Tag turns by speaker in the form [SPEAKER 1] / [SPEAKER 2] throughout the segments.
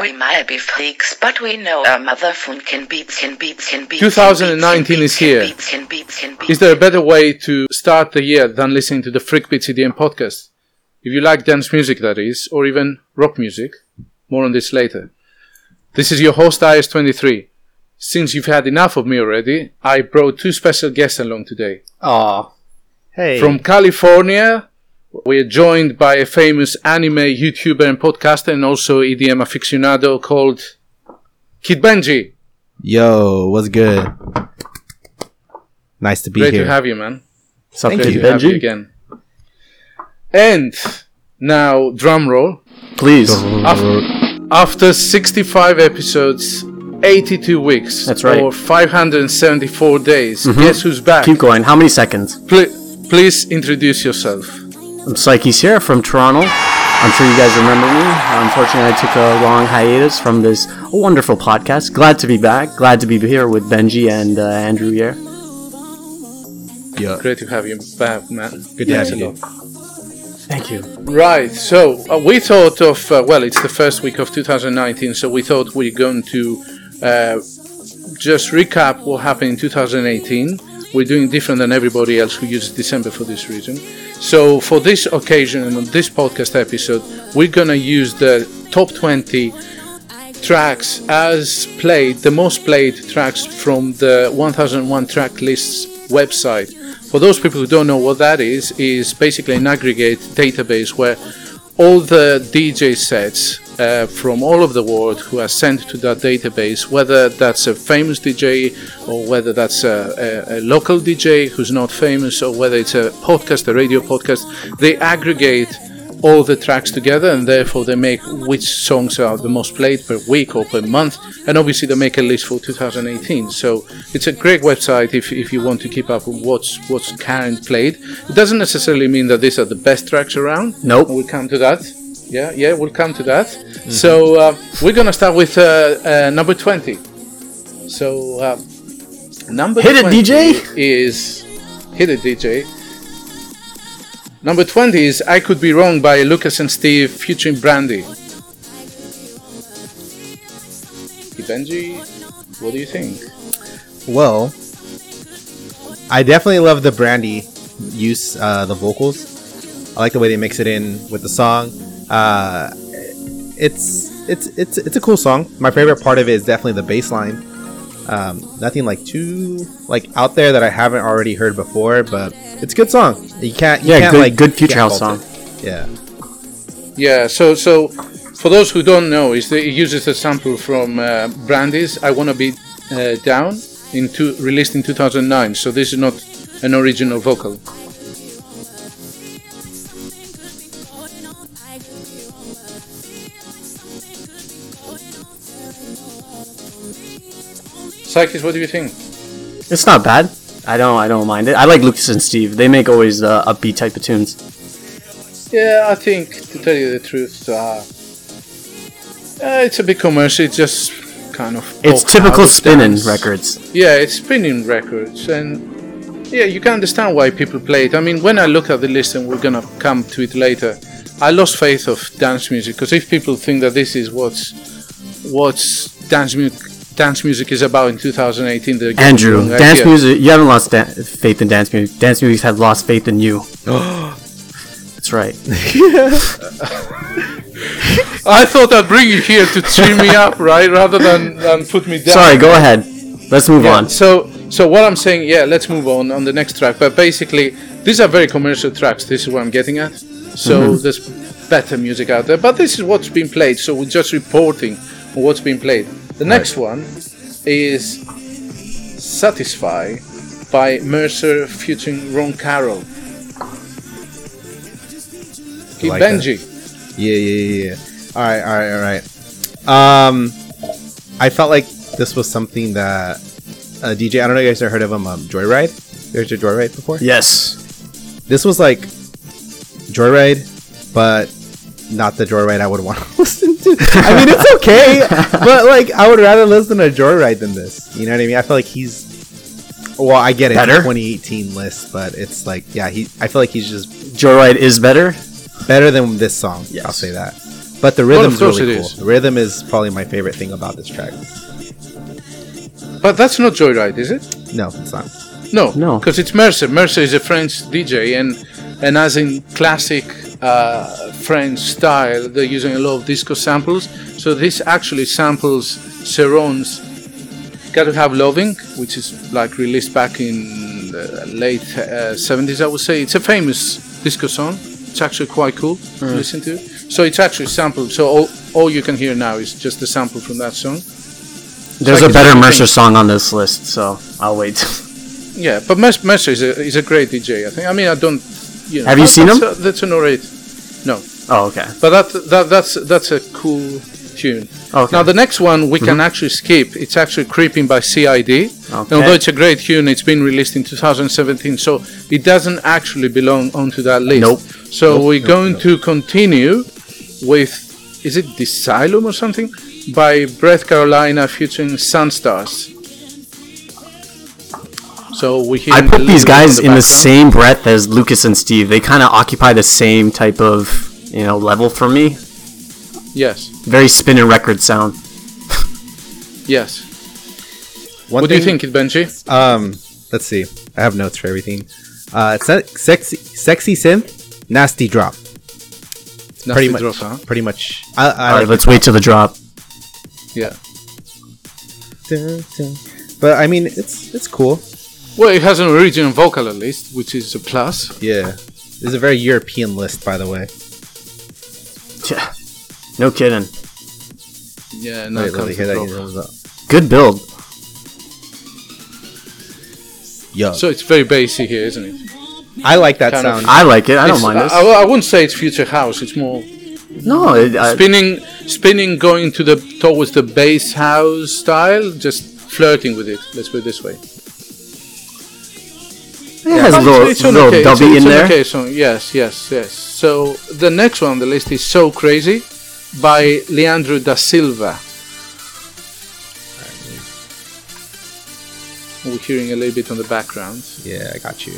[SPEAKER 1] we might be freaks, but we know our mother phone can beat, can beat, can beat.
[SPEAKER 2] 2019 is here. Is there a better way to start the year than listening to the Freakbeat CDM podcast? If you like dance music, that is, or even rock music, more on this later. This is your host, IS23. Since you've had enough of me already, I brought two special guests along today.
[SPEAKER 3] Aw. Hey.
[SPEAKER 2] From California, we are joined by a famous anime YouTuber and podcaster and also EDM aficionado called Kid Benji.
[SPEAKER 3] Yo, what's good? Nice to be
[SPEAKER 2] Great
[SPEAKER 3] here.
[SPEAKER 2] to have you, man.
[SPEAKER 3] Sup,
[SPEAKER 4] Thank
[SPEAKER 2] Great
[SPEAKER 4] you.
[SPEAKER 2] to have you
[SPEAKER 4] Benji.
[SPEAKER 2] again. And now, drum roll.
[SPEAKER 4] Please.
[SPEAKER 2] Af- after 65 episodes, 82 weeks,
[SPEAKER 4] That's right. Mm-hmm.
[SPEAKER 2] or 574 days, guess who's back?
[SPEAKER 4] Keep going. How many seconds?
[SPEAKER 2] Pl- please introduce yourself.
[SPEAKER 4] I'm Psyche Sierra from Toronto. I'm sure you guys remember me. Unfortunately, I took a long hiatus from this wonderful podcast. Glad to be back. Glad to be here with Benji and uh, Andrew here.
[SPEAKER 3] Yeah.
[SPEAKER 2] Great to have you back, man.
[SPEAKER 3] Good to have you.
[SPEAKER 4] Thank you.
[SPEAKER 2] Right, so uh, we thought of, uh, well, it's the first week of 2019, so we thought we're going to uh, just recap what happened in 2018. We're doing different than everybody else who uses December for this reason. So, for this occasion and on this podcast episode, we're going to use the top 20 tracks as played, the most played tracks from the 1001 track lists website. For those people who don't know what that is, is basically an aggregate database where all the DJ sets uh, from all over the world who are sent to that database, whether that's a famous DJ or whether that's a, a, a local DJ who's not famous or whether it's a podcast, a radio podcast, they aggregate all the tracks together and therefore they make which songs are the most played per week or per month and obviously they make a list for 2018 so it's a great website if, if you want to keep up with what's what's current played it doesn't necessarily mean that these are the best tracks around
[SPEAKER 4] Nope.
[SPEAKER 2] we'll come to that yeah yeah we'll come to that
[SPEAKER 4] Mm-hmm.
[SPEAKER 2] so uh, we're gonna start with uh, uh, number 20 so uh, number
[SPEAKER 4] Hit it,
[SPEAKER 2] 20
[SPEAKER 4] DJ.
[SPEAKER 2] is hit it dj Number 20 is I Could Be Wrong by Lucas and Steve featuring Brandy. Benji, what do you think?
[SPEAKER 3] Well, I definitely love the Brandy use uh, the vocals. I like the way they mix it in with the song. Uh, it's it's it's it's a cool song. My favorite part of it is definitely the bass line. Um, nothing like too like out there that I haven't already heard before, but it's a good song. You can't you
[SPEAKER 4] Yeah,
[SPEAKER 3] can't,
[SPEAKER 4] good-
[SPEAKER 3] like
[SPEAKER 4] good Future
[SPEAKER 3] can't
[SPEAKER 4] House
[SPEAKER 3] fault
[SPEAKER 4] song.
[SPEAKER 3] it. Yeah,
[SPEAKER 2] Yeah, so so for those who don't know, is the, it uses a sample from uh, Brandy's "I Wanna Be uh, Down" in two, released in 2009. So this is not an original vocal. Psychis, what do you think?
[SPEAKER 4] It's not bad. I don't. I don't mind it. I like Lucas and Steve. They make always uh, upbeat type
[SPEAKER 2] Oh,
[SPEAKER 4] of tunes.
[SPEAKER 2] Yeah, I think to tell you the truth, uh, uh, it's a bit commercial. It's just kind of
[SPEAKER 4] It's
[SPEAKER 2] pop
[SPEAKER 4] typical
[SPEAKER 2] out,
[SPEAKER 4] spinning
[SPEAKER 2] dance.
[SPEAKER 4] records.
[SPEAKER 2] Yeah, it's spinning records, and yeah, you can understand why people play it. I mean, when I look at the list, and we're gonna come to it later, I lost faith of dance music because if people think that this is what's what's dance music dance music is about in 2018, they're getting the
[SPEAKER 4] Andrew,
[SPEAKER 2] wrong
[SPEAKER 4] dance
[SPEAKER 2] idea.
[SPEAKER 4] music. You haven't lost da- faith in dance music. Dance music has lost faith in you. That's right.
[SPEAKER 2] I thought I'd bring you here to cheer me up, right, rather than, than put me down.
[SPEAKER 4] Sorry. Go ahead. Let's move
[SPEAKER 2] Yeah,
[SPEAKER 4] on.
[SPEAKER 2] So, so what I'm saying, yeah, let's move on on the next track. But basically, these are very commercial tracks. This is what I'm getting at. So
[SPEAKER 3] Mm-hmm.
[SPEAKER 2] there's better music out there, but this is what's been played. So we're just reporting on what's been played. The next one is "Satisfy" by Mercer featuring Ron Carroll. Hey,
[SPEAKER 3] like that.
[SPEAKER 2] Benji,
[SPEAKER 3] yeah, yeah, yeah. yeah. All right, all right, all right. Um, I felt like this was something that uh, DJ. I don't know if you guys ever heard of him. Um, Joyride. You heard of Joyride before?
[SPEAKER 4] Yes.
[SPEAKER 3] This was like Joyride, but not the Joyride I would want to listen to. I mean, it's okay, but like I would rather listen to Joyride than this. You know what I mean? I feel like he's. Well, I get it.
[SPEAKER 4] Better?
[SPEAKER 3] 2018 list, but it's like, yeah, he. I feel like he's just
[SPEAKER 4] Joyride is better.
[SPEAKER 3] better than this song.
[SPEAKER 4] Yes.
[SPEAKER 3] I'll say that. But the
[SPEAKER 2] of
[SPEAKER 3] rhythm's
[SPEAKER 2] course
[SPEAKER 3] really
[SPEAKER 2] it
[SPEAKER 3] cool.
[SPEAKER 2] is.
[SPEAKER 3] The rhythm is probably my favorite thing about this track.
[SPEAKER 2] But that's not Joyride, is it?
[SPEAKER 3] No, it's not.
[SPEAKER 2] No,
[SPEAKER 4] No.
[SPEAKER 2] because it's Mercer. Mercer is a French DJ, and and as in classic uh, French style, they're using a lot of disco samples. So this actually samples Cerrone's "Gotta Have Loving," which is like released back in the late uh, '70s, I would say. It's a famous disco song. It's actually quite cool to listen to. So it's actually sampled. So all, all you can hear now is just a sample from that song.
[SPEAKER 4] There's
[SPEAKER 2] like
[SPEAKER 4] a
[SPEAKER 2] it's
[SPEAKER 4] better
[SPEAKER 2] everything.
[SPEAKER 4] Mercer song on this list, so I'll wait.
[SPEAKER 2] Yeah, but Mes- Messer is a, is a great DJ. I think. I mean, I don't. You know,
[SPEAKER 4] Have you
[SPEAKER 2] that-
[SPEAKER 4] seen
[SPEAKER 2] that's
[SPEAKER 4] him?
[SPEAKER 2] A, that's an orate. No,
[SPEAKER 4] oh, okay.
[SPEAKER 2] but that, that that's that's a cool tune.
[SPEAKER 4] Okay. Mm-hmm.
[SPEAKER 2] Now the next one we can actually skip. It's actually "Creeping" by CID. And
[SPEAKER 4] Okay.
[SPEAKER 2] Although it's a great tune, it's been released in 2017, so it doesn't actually belong onto that list.
[SPEAKER 4] Nope.
[SPEAKER 2] So we're going to continue with is it Desylum or something by Breath Carolina featuring Sunstars. So we hear
[SPEAKER 4] I
[SPEAKER 2] a
[SPEAKER 4] put
[SPEAKER 2] little
[SPEAKER 4] these
[SPEAKER 2] bit on
[SPEAKER 4] guys in the
[SPEAKER 2] background.
[SPEAKER 4] same breath as Lucas and Steve. They kind of occupy the same type of you know level for me.
[SPEAKER 2] Yes,
[SPEAKER 4] Very spinning record sound.
[SPEAKER 2] yes.
[SPEAKER 3] One
[SPEAKER 2] what do you think, Benji?
[SPEAKER 3] Um, let's see. I have notes for everything. Uh, se- sexy, sexy synth, nasty drop.
[SPEAKER 2] Nasty
[SPEAKER 3] pretty much.
[SPEAKER 2] drop, huh?
[SPEAKER 3] Pretty much. I, I
[SPEAKER 4] All right,
[SPEAKER 3] like
[SPEAKER 4] let's wait till the drop.
[SPEAKER 2] Yeah.
[SPEAKER 3] Dun, dun. But I mean, it's it's cool.
[SPEAKER 2] Well, it has an original vocal at least, which is a plus.
[SPEAKER 3] Yeah, this is a very European list, by the way.
[SPEAKER 4] Yeah. No kidding.
[SPEAKER 2] Yeah,
[SPEAKER 3] No,
[SPEAKER 2] no,
[SPEAKER 3] Wait, let me hear that.
[SPEAKER 4] Good build.
[SPEAKER 3] Yo,
[SPEAKER 2] So it's very bassy here, isn't it?
[SPEAKER 3] I like that
[SPEAKER 2] kind of-
[SPEAKER 3] sound.
[SPEAKER 4] I like it. I don't
[SPEAKER 2] It's- uh,
[SPEAKER 4] mind this.
[SPEAKER 2] I, I wouldn't say it's future house. It's more
[SPEAKER 4] no, it, uh, I,
[SPEAKER 2] spinning, spinning, going to the towards the bass house style, just flirting with it. Let's put it this way.
[SPEAKER 4] it has a
[SPEAKER 2] But
[SPEAKER 4] little,
[SPEAKER 2] it's- it's an
[SPEAKER 4] little
[SPEAKER 2] okay- it's-
[SPEAKER 4] dubby
[SPEAKER 2] it's
[SPEAKER 4] in
[SPEAKER 2] an
[SPEAKER 4] there.
[SPEAKER 2] Okay, song. Yes, yes, yes. So the next one on the list is "So Crazy" by Leandro da Silva. We're hearing a little bit on the background.
[SPEAKER 3] yeah, I got you.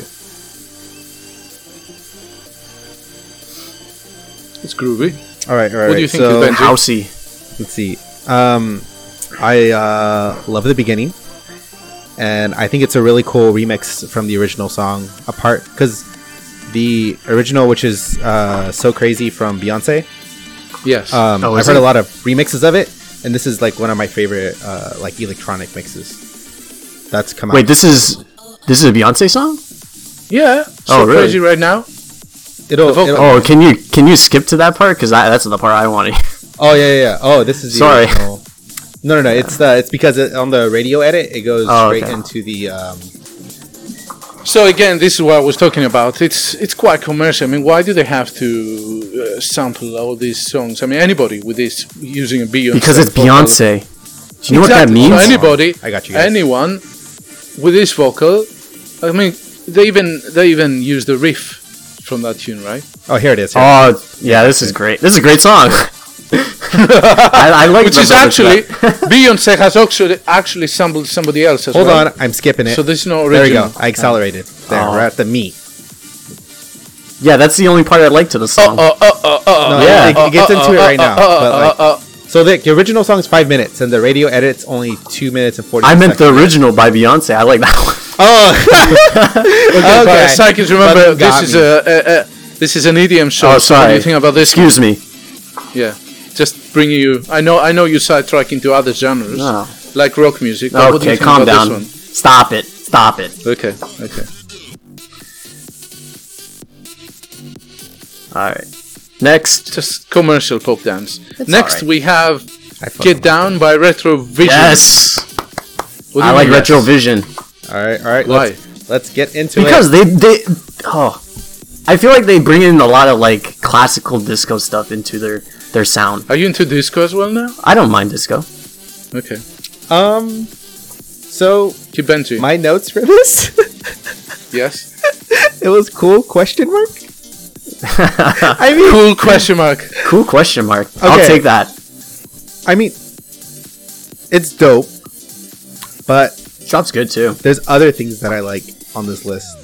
[SPEAKER 2] It's groovy.
[SPEAKER 3] All right, all right.
[SPEAKER 2] What do you think,
[SPEAKER 3] so
[SPEAKER 2] Ben?
[SPEAKER 4] Housey.
[SPEAKER 3] let's see. Um, I uh, love the beginning, and I think it's a really cool remix from the original song. Apart because the original, which is uh, so crazy from Beyonce,
[SPEAKER 2] Yes.
[SPEAKER 3] Um,
[SPEAKER 4] Oh,
[SPEAKER 3] I've
[SPEAKER 4] is
[SPEAKER 3] heard
[SPEAKER 4] it?
[SPEAKER 3] a lot of remixes of it, and this is like one of my favorite uh, like electronic mixes that's come out.
[SPEAKER 4] Wait, this is this is a Beyonce song?
[SPEAKER 2] yeah. So
[SPEAKER 4] oh, really?
[SPEAKER 2] crazy right now.
[SPEAKER 3] it'll,
[SPEAKER 2] vocal-
[SPEAKER 3] it'll-
[SPEAKER 4] Oh, can you can you skip to that part? Because that's the part I wanted.
[SPEAKER 3] oh yeah, yeah, yeah. Oh, this is the
[SPEAKER 4] Sorry.
[SPEAKER 3] original. No, no, no. It's the it's because it, on the radio edit it goes
[SPEAKER 4] Oh,
[SPEAKER 3] straight
[SPEAKER 4] okay.
[SPEAKER 3] into the. Um,
[SPEAKER 2] So again, this is what I was talking about. It's it's quite commercial. I mean, why do they have to uh, sample all these songs? I mean, anybody with this using a Beyonce
[SPEAKER 4] Because it's
[SPEAKER 2] vocal-
[SPEAKER 4] Beyonce. Do you
[SPEAKER 2] Exactly.
[SPEAKER 4] know what that
[SPEAKER 2] So
[SPEAKER 4] means?
[SPEAKER 2] anybody,
[SPEAKER 3] I got you guys.
[SPEAKER 2] anyone with this vocal, I mean, they even they even use the riff from that tune, right?
[SPEAKER 3] oh, here it is. here it
[SPEAKER 4] Oh, yeah, this is great. This is a great song. I, I like
[SPEAKER 2] Which
[SPEAKER 4] the
[SPEAKER 2] is
[SPEAKER 4] Brothers
[SPEAKER 2] actually
[SPEAKER 4] Band.
[SPEAKER 2] Beyonce has actually actually sampled somebody else as
[SPEAKER 3] is. Hold
[SPEAKER 2] well.
[SPEAKER 3] on, I'm skipping it.
[SPEAKER 2] So this is no
[SPEAKER 3] there you
[SPEAKER 2] original.
[SPEAKER 3] go. I accelerated. There,
[SPEAKER 4] Oh.
[SPEAKER 3] we're at the meat.
[SPEAKER 4] Yeah, that's the only part I liked to the
[SPEAKER 2] Oh,
[SPEAKER 4] song.
[SPEAKER 2] oh, oh, oh, oh.
[SPEAKER 3] No,
[SPEAKER 4] yeah.
[SPEAKER 3] it, it gets into it right now. but, like,
[SPEAKER 2] Uh,
[SPEAKER 3] so the, the original song is five minutes, and the radio edit's only two minutes and forty.
[SPEAKER 4] I meant
[SPEAKER 3] seconds.
[SPEAKER 4] the original by Beyonce. I like that one.
[SPEAKER 3] Oh,
[SPEAKER 2] okay,
[SPEAKER 3] Okay.
[SPEAKER 2] but psychics, remember
[SPEAKER 3] But you
[SPEAKER 2] this
[SPEAKER 3] got
[SPEAKER 2] is
[SPEAKER 3] me.
[SPEAKER 2] a, a, a this is an idiom show. so
[SPEAKER 4] Oh,
[SPEAKER 2] What do
[SPEAKER 4] sorry.
[SPEAKER 2] you think about this?
[SPEAKER 4] Excuse me.
[SPEAKER 2] Yeah, just bringing you. I know, I know you sidetrack into other genres
[SPEAKER 4] No.
[SPEAKER 2] like rock music. But what do you
[SPEAKER 4] Okay,
[SPEAKER 2] think
[SPEAKER 4] calm
[SPEAKER 2] about
[SPEAKER 4] down.
[SPEAKER 2] This
[SPEAKER 4] Stop it. Stop it.
[SPEAKER 2] one? Okay, okay.
[SPEAKER 4] All right. Next.
[SPEAKER 2] Just commercial pop dance. Next,
[SPEAKER 4] alright.
[SPEAKER 2] we have
[SPEAKER 3] I fucking
[SPEAKER 2] "Get Down" by Retrovision.
[SPEAKER 4] Yes.
[SPEAKER 2] What do
[SPEAKER 4] I
[SPEAKER 2] you
[SPEAKER 4] like
[SPEAKER 2] mean, yes?
[SPEAKER 4] Retrovision.
[SPEAKER 3] All right, all right.
[SPEAKER 2] Why?
[SPEAKER 3] Let's, let's get into it.
[SPEAKER 4] Because they they oh, I feel like they bring in a lot of like classical disco stuff into their their sound.
[SPEAKER 2] Are you into disco as well now?
[SPEAKER 4] I don't mind disco.
[SPEAKER 2] Okay,
[SPEAKER 3] Um. So
[SPEAKER 2] keep Benji.
[SPEAKER 3] my notes for this,
[SPEAKER 2] yes.
[SPEAKER 3] it was cool question mark. I mean,
[SPEAKER 2] Cool question mark.
[SPEAKER 4] Cool question mark. I'll
[SPEAKER 3] Okay.
[SPEAKER 4] take that.
[SPEAKER 3] I mean, it's dope, but
[SPEAKER 4] Drop's good too.
[SPEAKER 3] there's other things that I like on this list.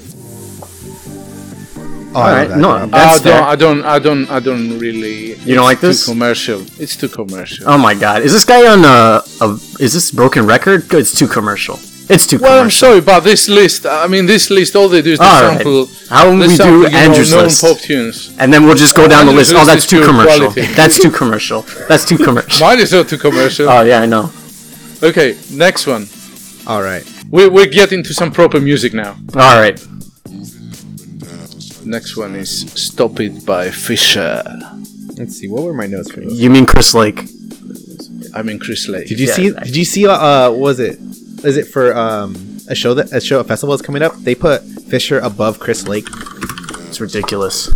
[SPEAKER 3] Oh,
[SPEAKER 4] All
[SPEAKER 3] I
[SPEAKER 4] right,
[SPEAKER 3] love that.
[SPEAKER 4] no,
[SPEAKER 2] I
[SPEAKER 4] that's
[SPEAKER 2] don't,
[SPEAKER 4] fair.
[SPEAKER 2] I don't, I don't, I don't really.
[SPEAKER 4] You don't
[SPEAKER 2] it's
[SPEAKER 4] like this?
[SPEAKER 2] Too commercial. It's too commercial.
[SPEAKER 4] Oh my god, is this guy on a, a is this broken record? It's too commercial. It's too
[SPEAKER 2] well, I'm
[SPEAKER 4] commercial.
[SPEAKER 2] sorry, but this list. I mean, this list. All they do is they
[SPEAKER 4] All right.
[SPEAKER 2] sample.
[SPEAKER 4] How when
[SPEAKER 2] they
[SPEAKER 4] we
[SPEAKER 2] sample,
[SPEAKER 4] do
[SPEAKER 2] you know,
[SPEAKER 4] Andrew's
[SPEAKER 2] known
[SPEAKER 4] list,
[SPEAKER 2] pop tunes.
[SPEAKER 4] and then we'll just go down the
[SPEAKER 2] Andrew's
[SPEAKER 4] list. Oh,
[SPEAKER 2] list
[SPEAKER 4] that's
[SPEAKER 2] is
[SPEAKER 4] too
[SPEAKER 2] pure
[SPEAKER 4] commercial.
[SPEAKER 2] quality.
[SPEAKER 4] That's too commercial. That's too commercial.
[SPEAKER 2] Mine is not too commercial.
[SPEAKER 4] Oh yeah, I know.
[SPEAKER 2] okay, next one.
[SPEAKER 3] All right.
[SPEAKER 2] We, we're getting to some proper music now.
[SPEAKER 4] All right.
[SPEAKER 2] Next one is "Stop It" by Fisher.
[SPEAKER 3] Let's see. What were my notes for those?
[SPEAKER 4] You mean Chris Lake?
[SPEAKER 2] I mean Chris Lake.
[SPEAKER 3] Did you
[SPEAKER 4] Yeah,
[SPEAKER 3] see?
[SPEAKER 4] exactly.
[SPEAKER 3] Did you see? Uh, what was it? Is it for um a show that a show a festival is coming up? They put Fisher above Chris Lake.
[SPEAKER 4] It's ridiculous.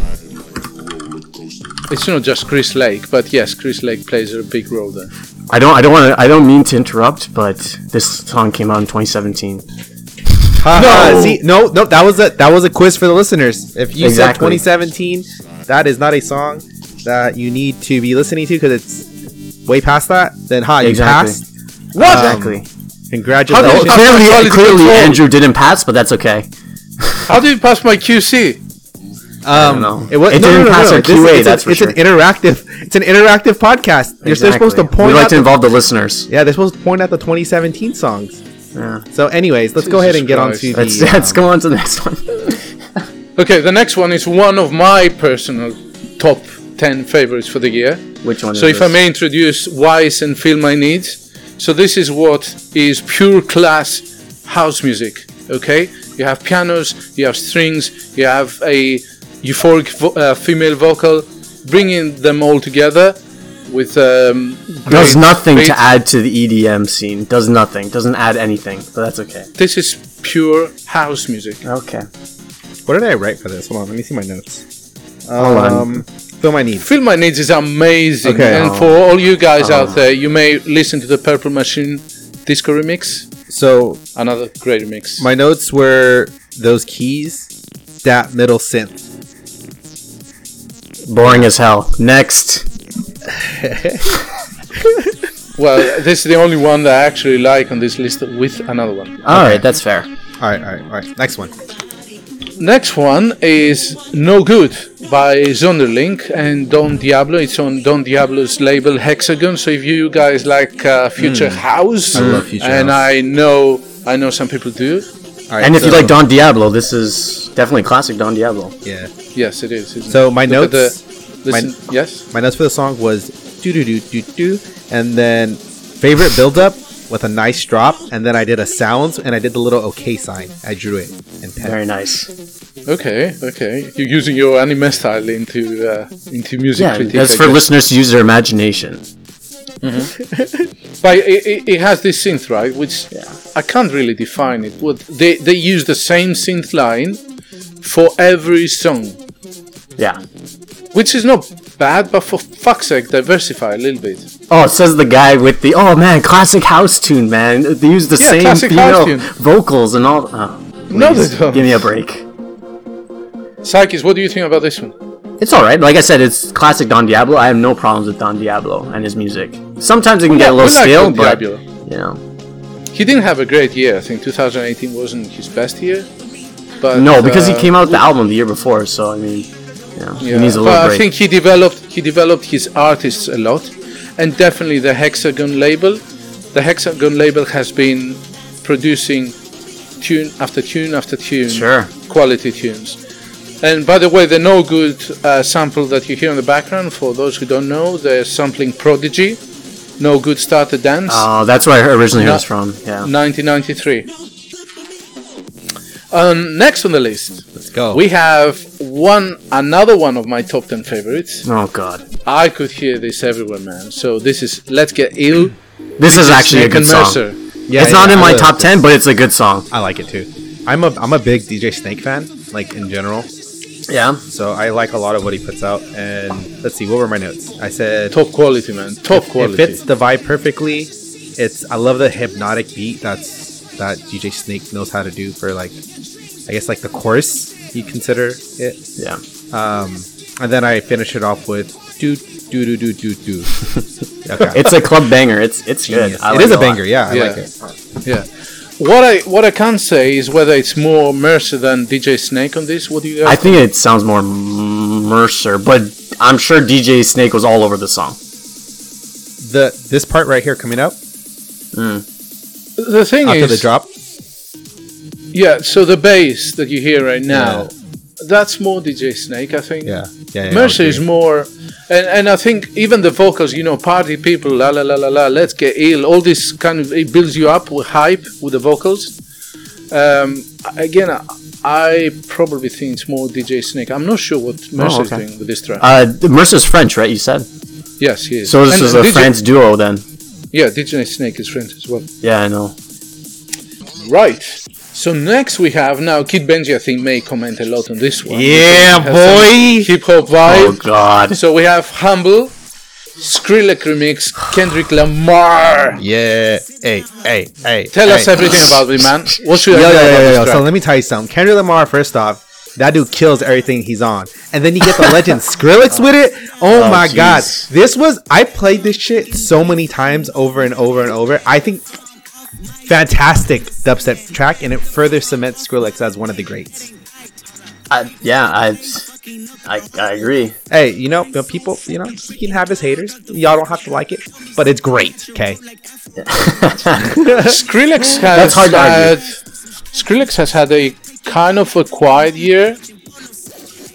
[SPEAKER 2] It's not just Chris Lake, but yes, Chris Lake plays a big role there.
[SPEAKER 4] I don't. I don't want to. I don't mean to interrupt, but this song came out in 2017.
[SPEAKER 3] no, see, no, no. That was a that was a quiz for the listeners. If you
[SPEAKER 4] Exactly.
[SPEAKER 3] said 2017, that is not a song that you need to be listening to because it's way past that. Then ha, you
[SPEAKER 4] Exactly.
[SPEAKER 3] passed.
[SPEAKER 4] What?
[SPEAKER 2] Uh,
[SPEAKER 3] Um,
[SPEAKER 4] Exactly.
[SPEAKER 3] Congratulations.
[SPEAKER 2] How- how-
[SPEAKER 4] clearly,
[SPEAKER 2] how-
[SPEAKER 4] clearly
[SPEAKER 2] how-
[SPEAKER 4] Andrew didn't pass, but that's okay.
[SPEAKER 2] How do you pass my QC?
[SPEAKER 3] Um,
[SPEAKER 4] know.
[SPEAKER 3] It, was,
[SPEAKER 4] It
[SPEAKER 3] no,
[SPEAKER 4] didn't
[SPEAKER 3] no, no,
[SPEAKER 4] pass
[SPEAKER 3] no.
[SPEAKER 4] our
[SPEAKER 3] This is-
[SPEAKER 4] QA,
[SPEAKER 3] It's,
[SPEAKER 4] that's
[SPEAKER 3] a,
[SPEAKER 4] for
[SPEAKER 3] it's
[SPEAKER 4] sure.
[SPEAKER 3] an interactive. It's an interactive podcast. You're they're supposed to
[SPEAKER 4] Exactly.
[SPEAKER 3] point
[SPEAKER 4] We like
[SPEAKER 3] out.
[SPEAKER 4] to
[SPEAKER 3] the,
[SPEAKER 4] involve the listeners.
[SPEAKER 3] yeah, they're supposed to point out the 2017 songs.
[SPEAKER 4] Yeah.
[SPEAKER 3] So, anyways, let's go
[SPEAKER 2] Jesus
[SPEAKER 3] ahead and get
[SPEAKER 2] Christ.
[SPEAKER 3] on to
[SPEAKER 4] Let's
[SPEAKER 3] the.
[SPEAKER 4] let's
[SPEAKER 3] um,
[SPEAKER 4] go on to the next one.
[SPEAKER 2] Okay, the next one is one of my personal top 10 favorites for the year.
[SPEAKER 4] Which one?
[SPEAKER 2] So,
[SPEAKER 4] is
[SPEAKER 2] if I
[SPEAKER 4] this?
[SPEAKER 2] may introduce Wise and Feel My Needs. So, this is what is pure class house music. Okay, you have pianos, you have strings, you have a euphoric vo- uh, female vocal, bringing them all together with um,
[SPEAKER 4] does
[SPEAKER 2] great
[SPEAKER 4] nothing
[SPEAKER 2] beats.
[SPEAKER 4] to add to the EDM scene. Does nothing. Doesn't add anything. But that's okay.
[SPEAKER 2] This is pure house music.
[SPEAKER 4] Okay.
[SPEAKER 3] What did I write for this? Hold on, let me see my notes.
[SPEAKER 4] Hold on.
[SPEAKER 3] Um, fill my needs.
[SPEAKER 2] Feel My Needs is amazing.
[SPEAKER 3] Okay.
[SPEAKER 2] and for all you guys
[SPEAKER 4] Oh.
[SPEAKER 2] out there, you may listen to the Purple Machine disco remix.
[SPEAKER 3] So
[SPEAKER 2] Another great remix.
[SPEAKER 3] my notes were those keys, that middle synth.
[SPEAKER 4] Boring as hell. Next.
[SPEAKER 2] well, this is the only one that I actually like on this list with another one.
[SPEAKER 4] All right, that's fair.
[SPEAKER 3] All right, all right, all right. Next one.
[SPEAKER 2] Next one is No Good by Zonderling and Don Diablo. It's on Don Diablo's label Hexagon. So if you guys like uh, Future House, I
[SPEAKER 3] Hmm. love Future
[SPEAKER 2] and
[SPEAKER 3] House.
[SPEAKER 2] I know I know some people do.
[SPEAKER 3] All right.
[SPEAKER 4] And if you
[SPEAKER 3] so-
[SPEAKER 4] like Don Diablo, this is definitely classic Don Diablo.
[SPEAKER 3] yeah.
[SPEAKER 2] Yes, it is. isn't
[SPEAKER 3] So
[SPEAKER 2] it?
[SPEAKER 3] my
[SPEAKER 2] Look at
[SPEAKER 3] notes,
[SPEAKER 2] The,
[SPEAKER 3] my-
[SPEAKER 2] listen, yes.
[SPEAKER 3] my notes for the song was do do do do do, and then favorite build up with a nice drop, and then I did a sounds and I did the little okay sign. I drew it and pen.
[SPEAKER 4] Very nice.
[SPEAKER 2] Okay, okay. You're using your anime style into uh, into music
[SPEAKER 4] Yeah,
[SPEAKER 2] critique.
[SPEAKER 4] that's
[SPEAKER 2] I
[SPEAKER 4] for
[SPEAKER 2] guess.
[SPEAKER 4] listeners to use their imagination.
[SPEAKER 2] But it, it, it has this synth, right? Which I can't really define it. What they they use the same synth line for every song,
[SPEAKER 4] Yeah.
[SPEAKER 2] which is not bad. But for fuck's sake, diversify a little bit.
[SPEAKER 4] Oh, says the guy with the oh man, classic house tune, man. They use the
[SPEAKER 2] Yeah,
[SPEAKER 4] same
[SPEAKER 2] classic house
[SPEAKER 4] female
[SPEAKER 2] tune.
[SPEAKER 4] vocals and all. Oh,
[SPEAKER 2] No,
[SPEAKER 4] please,
[SPEAKER 2] they don't.
[SPEAKER 4] Give me a break.
[SPEAKER 2] Psychis, what do you think about this one?
[SPEAKER 4] It's all right. Like I said, it's classic Don Diablo. I have no problems with Don Diablo and his music. Sometimes it can get a
[SPEAKER 2] we
[SPEAKER 4] little
[SPEAKER 2] like
[SPEAKER 4] stale,
[SPEAKER 2] Don
[SPEAKER 4] but
[SPEAKER 2] Diablo.
[SPEAKER 4] you know,
[SPEAKER 2] He didn't have a great year. I think 2018 wasn't his best year. But
[SPEAKER 4] no, because he
[SPEAKER 2] uh,
[SPEAKER 4] came out with the album the year before, so I mean, you know, he
[SPEAKER 2] Yeah,
[SPEAKER 4] needs a
[SPEAKER 2] but
[SPEAKER 4] little
[SPEAKER 2] I
[SPEAKER 4] break.
[SPEAKER 2] think he developed he developed his artists a lot, and definitely the Hexagon label. The Hexagon label has been producing tune after tune after tune,
[SPEAKER 4] Sure.
[SPEAKER 2] quality tunes. And by the way, the no good uh, sample that you hear in the background, for those who don't know, they're sampling Prodigy. No good started dance.
[SPEAKER 4] Oh, that's where I originally heard
[SPEAKER 2] No.
[SPEAKER 4] this from. Yeah.
[SPEAKER 2] 1993. Um, next on the list,
[SPEAKER 3] Let's
[SPEAKER 4] Oh.
[SPEAKER 3] go.
[SPEAKER 2] we have one another one of my top 10 favorites.
[SPEAKER 4] Oh God,
[SPEAKER 2] I could hear this everywhere, man. So this is "Let's Get Ill."
[SPEAKER 4] this is actually a
[SPEAKER 2] Nick
[SPEAKER 4] good
[SPEAKER 2] and
[SPEAKER 4] song.
[SPEAKER 2] Mercer.
[SPEAKER 3] Yeah,
[SPEAKER 4] it's not
[SPEAKER 3] yeah,
[SPEAKER 4] in
[SPEAKER 3] I
[SPEAKER 4] my
[SPEAKER 3] love
[SPEAKER 4] top
[SPEAKER 3] this.
[SPEAKER 4] ten, but it's a good song.
[SPEAKER 3] I like it too. I'm a I'm a big DJ Snake fan, like in general.
[SPEAKER 4] Yeah.
[SPEAKER 3] So I like a lot of what he puts out. And let's see, what were my notes? I said
[SPEAKER 2] Top quality, man. Top
[SPEAKER 3] it
[SPEAKER 2] quality.
[SPEAKER 3] fits the vibe perfectly. It's I love the hypnotic beat that's that DJ Snake knows how to do for like I guess like the chorus you consider it.
[SPEAKER 4] Yeah.
[SPEAKER 3] Um, and then I finish it off with do do do do do do. okay.
[SPEAKER 4] It's a club banger. It's it's
[SPEAKER 3] Genius.
[SPEAKER 4] good. I
[SPEAKER 3] it
[SPEAKER 4] like
[SPEAKER 3] is a
[SPEAKER 4] lot.
[SPEAKER 3] banger. Yeah, I
[SPEAKER 2] Yeah.
[SPEAKER 3] like it.
[SPEAKER 2] Yeah. What I what I can say is whether it's more Mercer than DJ Snake on this. What do you uh, guys?
[SPEAKER 4] I think it sounds more Mercer, but I'm sure DJ Snake was all over the song.
[SPEAKER 3] The this part right here coming up
[SPEAKER 2] the thing
[SPEAKER 3] after
[SPEAKER 2] is,
[SPEAKER 3] the drop.
[SPEAKER 2] yeah. So the bass that you hear right now, that's more DJ Snake, I think.
[SPEAKER 3] Yeah, yeah. yeah
[SPEAKER 2] Mercy
[SPEAKER 3] okay.
[SPEAKER 2] is more, and, and I think even the vocals, you know, party people, la la la la la, let's get ill. All this kind of it builds you up with hype with the vocals. Um, again, I, I probably think it's more DJ Snake. I'm not sure what Mercy
[SPEAKER 4] Oh, okay.
[SPEAKER 2] is doing with this track.
[SPEAKER 4] Uh, Mercer's French, right? You said
[SPEAKER 2] yes, he is.
[SPEAKER 4] so. This
[SPEAKER 2] And
[SPEAKER 4] is a
[SPEAKER 2] DJ
[SPEAKER 4] French duo, then.
[SPEAKER 2] Yeah, DJ Snake is French as well.
[SPEAKER 4] Yeah, I know.
[SPEAKER 2] Right. So next we have now Kid Benji. I think may comment a lot on this one. Hip hop vibe.
[SPEAKER 4] Oh God.
[SPEAKER 2] So we have Humble, Skrillex remix, Kendrick Lamar.
[SPEAKER 3] Yeah. Hey, hey, hey.
[SPEAKER 2] Tell us
[SPEAKER 3] hey.
[SPEAKER 2] everything about it, man. What should I
[SPEAKER 3] Yo,
[SPEAKER 2] know
[SPEAKER 3] yo,
[SPEAKER 2] about
[SPEAKER 3] yo, yo,
[SPEAKER 2] this
[SPEAKER 3] yo.
[SPEAKER 2] track?
[SPEAKER 3] So let me tell you something. Kendrick Lamar, first off, that dude kills everything he's on. And then you get the legend Skrillex with it. Oh,
[SPEAKER 4] Oh,
[SPEAKER 3] my
[SPEAKER 4] jeez.
[SPEAKER 3] god. This was I played this shit so many times over and over and over. I think fantastic dubstep track and it further cements Skrillex as one of the greats.
[SPEAKER 4] I, yeah, I, I, I agree.
[SPEAKER 3] Hey, you know, the people, you know, he can have his haters. Y'all don't have to like it, but it's great, okay?
[SPEAKER 2] Skrillex has
[SPEAKER 4] That's hard to
[SPEAKER 2] had,
[SPEAKER 4] argue.
[SPEAKER 2] Skrillex has had a kind of a quiet year.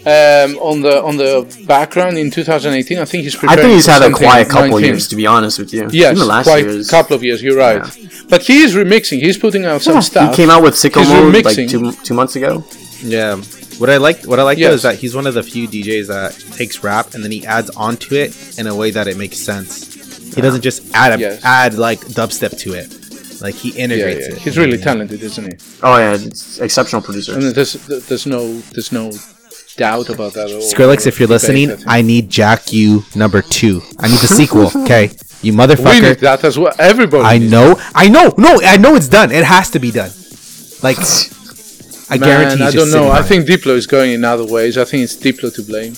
[SPEAKER 2] Um, on the on the background in 2018, I think he's.
[SPEAKER 4] I think
[SPEAKER 2] preparing
[SPEAKER 4] he's
[SPEAKER 2] for
[SPEAKER 4] had a
[SPEAKER 2] something
[SPEAKER 4] quiet couple
[SPEAKER 2] 19.
[SPEAKER 4] years, to be honest with you.
[SPEAKER 2] Yes,
[SPEAKER 4] Even last
[SPEAKER 2] quite
[SPEAKER 4] year is-
[SPEAKER 2] couple of years. You're right, but he is remixing. He's putting out some
[SPEAKER 4] Yeah,
[SPEAKER 2] stuff.
[SPEAKER 4] He came out with Sicko
[SPEAKER 2] He's
[SPEAKER 4] Mode like
[SPEAKER 2] remixing.
[SPEAKER 4] two two months ago.
[SPEAKER 3] Yeah. What I like, what I like though,
[SPEAKER 2] Yes.
[SPEAKER 3] is that he's one of the few DJs that takes rap and then he adds onto it in a way that it makes sense. He doesn't just add a,
[SPEAKER 2] Yes.
[SPEAKER 3] add like dubstep to it, like he
[SPEAKER 2] yeah,
[SPEAKER 3] integrates
[SPEAKER 2] yeah.
[SPEAKER 3] it.
[SPEAKER 2] he's really talented, isn't he?
[SPEAKER 4] Oh yeah, it's exceptional producer.
[SPEAKER 2] And there's there's no there's no doubt about that. At all.
[SPEAKER 3] Skrillex, if you're
[SPEAKER 2] Debate, I
[SPEAKER 3] listening,
[SPEAKER 2] think.
[SPEAKER 3] I need Jack You number two. I need the sequel, okay? You
[SPEAKER 2] we need
[SPEAKER 3] motherfucker.
[SPEAKER 2] that as well. Everybody.
[SPEAKER 3] I
[SPEAKER 2] needs
[SPEAKER 3] know, I know, no, I know it's done. It has to be done. Like, I
[SPEAKER 2] Man,
[SPEAKER 3] guarantee.
[SPEAKER 2] I
[SPEAKER 3] he's just
[SPEAKER 2] don't know.
[SPEAKER 3] sitting
[SPEAKER 2] I
[SPEAKER 3] on it.
[SPEAKER 2] think Diplo is going in other ways. I think it's Diplo to blame.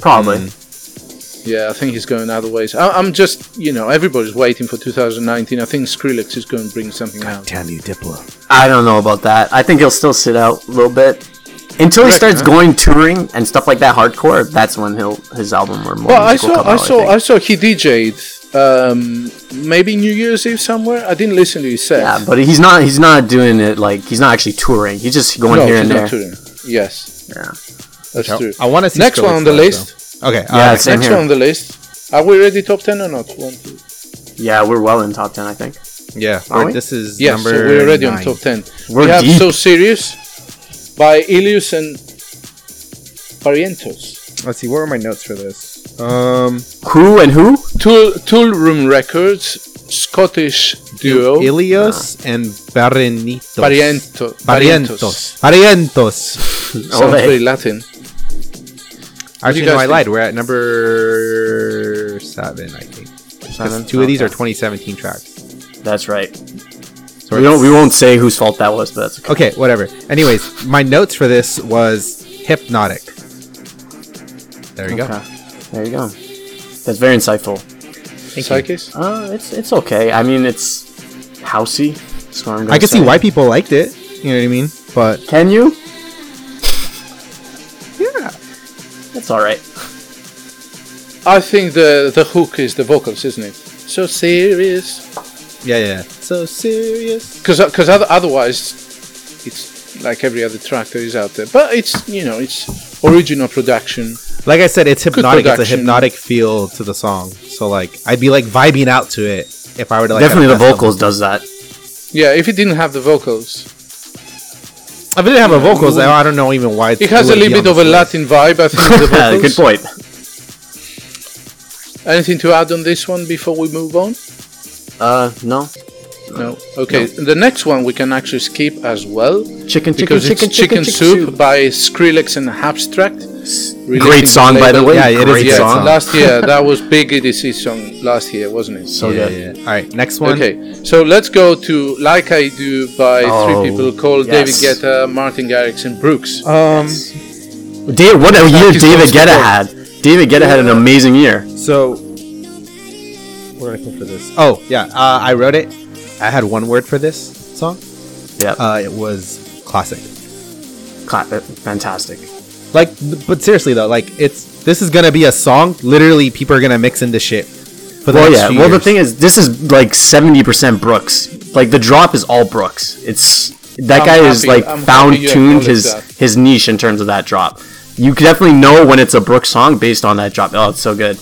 [SPEAKER 4] Probably.
[SPEAKER 2] Mm. Yeah, I think he's going other ways. I, I'm just, you know, everybody's waiting for 2019. I think Skrillex is going to bring something out.
[SPEAKER 3] Damn you, Diplo.
[SPEAKER 4] I don't know about that. I think he'll still sit out a little bit until
[SPEAKER 2] Reckon,
[SPEAKER 4] he starts
[SPEAKER 2] huh?
[SPEAKER 4] going touring and stuff like that hardcore. That's when he'll his album or more.
[SPEAKER 2] Well, I
[SPEAKER 4] music will
[SPEAKER 2] saw,
[SPEAKER 4] come
[SPEAKER 2] I
[SPEAKER 4] out,
[SPEAKER 2] saw,
[SPEAKER 4] think.
[SPEAKER 2] I, saw he DJ'd. Um, maybe New Year's Eve somewhere. I didn't listen to his set.
[SPEAKER 4] yeah, but he's not. He's not doing it like he's not actually touring. He's just going
[SPEAKER 2] no,
[SPEAKER 4] here
[SPEAKER 2] he's
[SPEAKER 4] and
[SPEAKER 2] not
[SPEAKER 4] there.
[SPEAKER 2] touring. Yes,
[SPEAKER 4] Yeah.
[SPEAKER 2] that's true.
[SPEAKER 3] I want to see
[SPEAKER 2] Next one
[SPEAKER 3] Skrillex
[SPEAKER 2] on the
[SPEAKER 3] live,
[SPEAKER 2] list.
[SPEAKER 3] though. Okay,
[SPEAKER 4] Yeah,
[SPEAKER 3] alright.
[SPEAKER 4] same
[SPEAKER 2] Next
[SPEAKER 4] here.
[SPEAKER 2] one on the list. Are we ready top ten or not? One, two.
[SPEAKER 4] Yeah, we're well in top ten. I think
[SPEAKER 3] Yeah,
[SPEAKER 4] Are
[SPEAKER 3] we're-
[SPEAKER 4] we?
[SPEAKER 3] this is
[SPEAKER 2] Yes,
[SPEAKER 3] number.
[SPEAKER 2] so we're already on
[SPEAKER 3] nine.
[SPEAKER 2] top 10
[SPEAKER 4] We're
[SPEAKER 2] we have
[SPEAKER 4] deep.
[SPEAKER 2] So Serious by Ilius and Parientos.
[SPEAKER 3] Let's see, what were my notes for this? Um,
[SPEAKER 4] who and who?
[SPEAKER 2] Tool, Tool Room Records, Scottish duo.
[SPEAKER 3] Ilios and Barrenitos.
[SPEAKER 2] Pariento-
[SPEAKER 3] Barrientos. Barrientos.
[SPEAKER 2] Sounds
[SPEAKER 4] Ole.
[SPEAKER 2] very Latin.
[SPEAKER 3] Actually,
[SPEAKER 2] you
[SPEAKER 3] no,
[SPEAKER 2] guys
[SPEAKER 3] I
[SPEAKER 2] think?
[SPEAKER 3] lied. We're at number seven, I think. 'Cause two of these are 2017 tracks.
[SPEAKER 4] That's right.
[SPEAKER 3] So
[SPEAKER 4] We
[SPEAKER 3] it's-
[SPEAKER 4] don't. We won't say whose fault that was, but that's okay.
[SPEAKER 3] Okay, whatever. Anyways, my notes for this was hypnotic. There you go.
[SPEAKER 4] Okay. There you go. That's very insightful.
[SPEAKER 2] Psychis?
[SPEAKER 4] Uh, it's it's okay. I mean, it's housey. That's what I'm gonna
[SPEAKER 3] I can see
[SPEAKER 4] say.
[SPEAKER 3] why people liked it. You know what I mean? But
[SPEAKER 4] Can you?
[SPEAKER 3] yeah,
[SPEAKER 4] That's all right.
[SPEAKER 2] I think the, the hook is the vocals, isn't it? So serious.
[SPEAKER 3] yeah, yeah. So serious.
[SPEAKER 2] Because otherwise, it's like every other track that is out there. But it's, you know, it's original production.
[SPEAKER 3] Like I said, it's hypnotic. It's a
[SPEAKER 2] production.
[SPEAKER 3] hypnotic feel to the song. So like, I'd be like vibing out to it if I were to like. at a
[SPEAKER 4] Definitely the
[SPEAKER 3] festival.
[SPEAKER 4] vocals does that.
[SPEAKER 2] Yeah, if it didn't have the vocals,
[SPEAKER 3] If it didn't have a vocals, I I don't know even why. It's,
[SPEAKER 2] It has a
[SPEAKER 3] would be
[SPEAKER 2] little bit
[SPEAKER 3] on
[SPEAKER 2] of a
[SPEAKER 3] this list.
[SPEAKER 2] Latin vibe, I think. the
[SPEAKER 4] Yeah,
[SPEAKER 2] vocals.
[SPEAKER 4] good point.
[SPEAKER 2] Anything to add on this one before we move on?
[SPEAKER 4] Uh, no.
[SPEAKER 2] No. Okay. The next one we can actually skip as well
[SPEAKER 4] Chicken, chicken,
[SPEAKER 2] because
[SPEAKER 4] chicken,
[SPEAKER 2] it's Chicken, Soup, by Skrillex and Abstract.
[SPEAKER 4] Great song, by the way.
[SPEAKER 3] Yeah, it is a
[SPEAKER 4] Great
[SPEAKER 3] good
[SPEAKER 2] Yeah,
[SPEAKER 4] song.
[SPEAKER 2] last year that was Big EDC's song last year, wasn't it?
[SPEAKER 4] So
[SPEAKER 3] yeah,
[SPEAKER 4] good.
[SPEAKER 3] yeah. All right, next one.
[SPEAKER 2] Okay, so let's go to Like I Do by
[SPEAKER 4] Oh,
[SPEAKER 2] three people called
[SPEAKER 4] yes.
[SPEAKER 2] David Guetta, Martin Garrix, and Brooks.
[SPEAKER 3] Um.
[SPEAKER 4] Da- what a year
[SPEAKER 2] he's
[SPEAKER 4] David
[SPEAKER 2] supposed to
[SPEAKER 4] Guetta
[SPEAKER 2] go.
[SPEAKER 4] had. David Guetta had an amazing year.
[SPEAKER 3] So, where did I come for this? Oh yeah, uh, I wrote it. I had one word for this song.
[SPEAKER 4] Yeah.
[SPEAKER 3] uh, it was classic.
[SPEAKER 4] Cla- uh, fantastic.
[SPEAKER 3] Like, but seriously though, like it's this is gonna be a song. Literally, people are gonna mix into shit. For
[SPEAKER 4] Well,
[SPEAKER 3] next
[SPEAKER 4] yeah.
[SPEAKER 3] few
[SPEAKER 4] Well, the
[SPEAKER 3] years.
[SPEAKER 4] thing is, this is like seventy percent Brooks. Like the drop is all Brooks. It's that
[SPEAKER 2] I'm
[SPEAKER 4] guy is
[SPEAKER 2] happy-
[SPEAKER 4] like
[SPEAKER 2] I'm happy
[SPEAKER 4] found
[SPEAKER 2] you
[SPEAKER 4] tuned
[SPEAKER 2] acknowledge
[SPEAKER 4] his
[SPEAKER 2] that.
[SPEAKER 4] his niche in terms of that drop. You can definitely know when it's a Brooks song based on that drop. Oh, it's so good.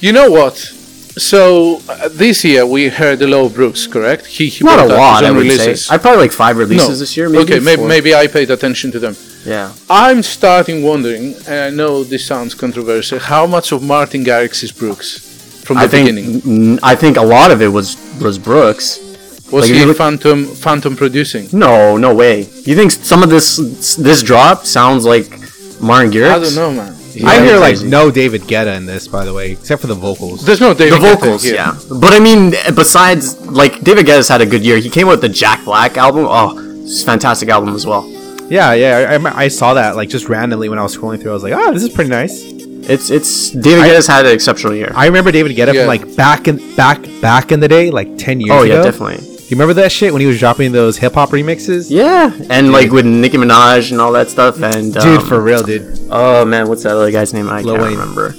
[SPEAKER 2] You know what? So uh, this year we heard a lot of Brooks, correct? He, he
[SPEAKER 4] Not
[SPEAKER 2] brought
[SPEAKER 4] a
[SPEAKER 2] out his
[SPEAKER 4] lot,
[SPEAKER 2] own
[SPEAKER 4] I would
[SPEAKER 2] releases.
[SPEAKER 4] say. I probably like five releases
[SPEAKER 2] No.
[SPEAKER 4] this year. Maybe
[SPEAKER 2] okay, maybe,
[SPEAKER 4] four.
[SPEAKER 2] maybe I paid attention to them.
[SPEAKER 4] Yeah.
[SPEAKER 2] I'm starting wondering, and I know this sounds controversial, how much of Martin Garrix is Brooks from the
[SPEAKER 4] I think
[SPEAKER 2] beginning?
[SPEAKER 4] n- I think a lot of it was was Brooks.
[SPEAKER 2] Was
[SPEAKER 4] like,
[SPEAKER 2] he
[SPEAKER 4] you look-
[SPEAKER 2] phantom phantom producing?
[SPEAKER 4] No, no way. You think some of this this drop sounds like Martin Garrix?
[SPEAKER 2] I don't know, man.
[SPEAKER 3] I
[SPEAKER 4] Yeah,
[SPEAKER 3] hear like
[SPEAKER 4] crazy.
[SPEAKER 3] no David Guetta in this, by the way, except for the vocals.
[SPEAKER 2] There's no
[SPEAKER 4] The
[SPEAKER 2] David Guetta
[SPEAKER 4] vocals,
[SPEAKER 2] here.
[SPEAKER 4] yeah. But I mean, besides, like David Guetta's had a good year. He came out with the Jack Black album. Oh, it's a fantastic album as well.
[SPEAKER 3] Yeah, yeah, I- I, rem- I saw that like just randomly when I was scrolling through. I was like, oh, this is pretty nice.
[SPEAKER 4] It's it's David Guetta's had an exceptional year.
[SPEAKER 3] I remember David Guetta
[SPEAKER 2] Yeah.
[SPEAKER 3] from like back in back back in the day, like ten years
[SPEAKER 4] oh
[SPEAKER 3] ago.
[SPEAKER 4] yeah, definitely.
[SPEAKER 3] Do you remember that shit when he was dropping those hip hop remixes?
[SPEAKER 4] Yeah, and like with Nicki Minaj and all that stuff. And
[SPEAKER 3] Dude,
[SPEAKER 4] um,
[SPEAKER 3] for real, dude.
[SPEAKER 4] oh man, what's that other guy's name? I
[SPEAKER 3] Lil
[SPEAKER 4] can't
[SPEAKER 3] Wayne.
[SPEAKER 4] remember.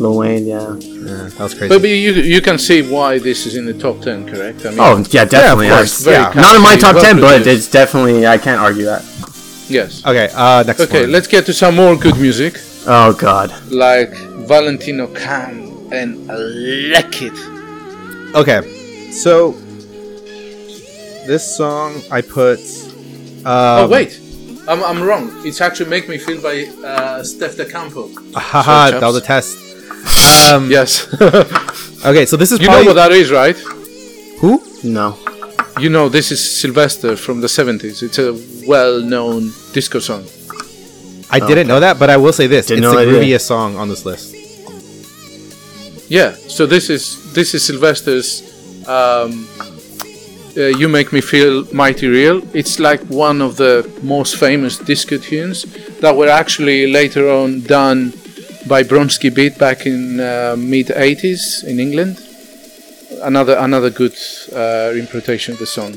[SPEAKER 4] Lil Wayne, yeah.
[SPEAKER 3] Yeah, that was crazy.
[SPEAKER 2] But you, you can see why this is in the top 10, correct? I mean,
[SPEAKER 4] Oh yeah, definitely.
[SPEAKER 3] of course,
[SPEAKER 4] that's-
[SPEAKER 3] yeah.
[SPEAKER 2] very
[SPEAKER 4] Not in my
[SPEAKER 2] catchy,
[SPEAKER 4] top
[SPEAKER 2] well
[SPEAKER 4] ten, but
[SPEAKER 2] produced.
[SPEAKER 4] it's definitely I can't argue that.
[SPEAKER 2] Yes.
[SPEAKER 3] okay, uh, next.
[SPEAKER 2] Okay,
[SPEAKER 3] one.
[SPEAKER 2] let's get to some more good music,
[SPEAKER 4] Oh god.
[SPEAKER 2] like Valentino Khan and Lick It.
[SPEAKER 3] Okay, so this song I put. Uh,
[SPEAKER 2] oh, wait. I'm, I'm wrong. It's actually Make Me Feel by uh, Steph De Campo.
[SPEAKER 3] Haha,
[SPEAKER 2] Sorry,
[SPEAKER 3] that was a
[SPEAKER 2] chaps.
[SPEAKER 3] test. Um,
[SPEAKER 2] Yes.
[SPEAKER 3] Okay, so this is
[SPEAKER 2] you know
[SPEAKER 3] probably
[SPEAKER 2] what that is, right?
[SPEAKER 3] who?
[SPEAKER 4] No.
[SPEAKER 2] You know, this is Sylvester from the 70s. It's a well known disco song.
[SPEAKER 3] I didn't know that, but I will say this:
[SPEAKER 4] Didn't
[SPEAKER 3] it's
[SPEAKER 4] know
[SPEAKER 3] the
[SPEAKER 4] that either.
[SPEAKER 3] grooviest song on this list.
[SPEAKER 2] Yeah, so this is this is Sylvester's um, uh, "You Make Me Feel Mighty Real." It's like one of the most famous disco tunes that were actually later on done by Bronsky Beat back in uh, mid '80s in England. Another another good uh, interpretation of the song.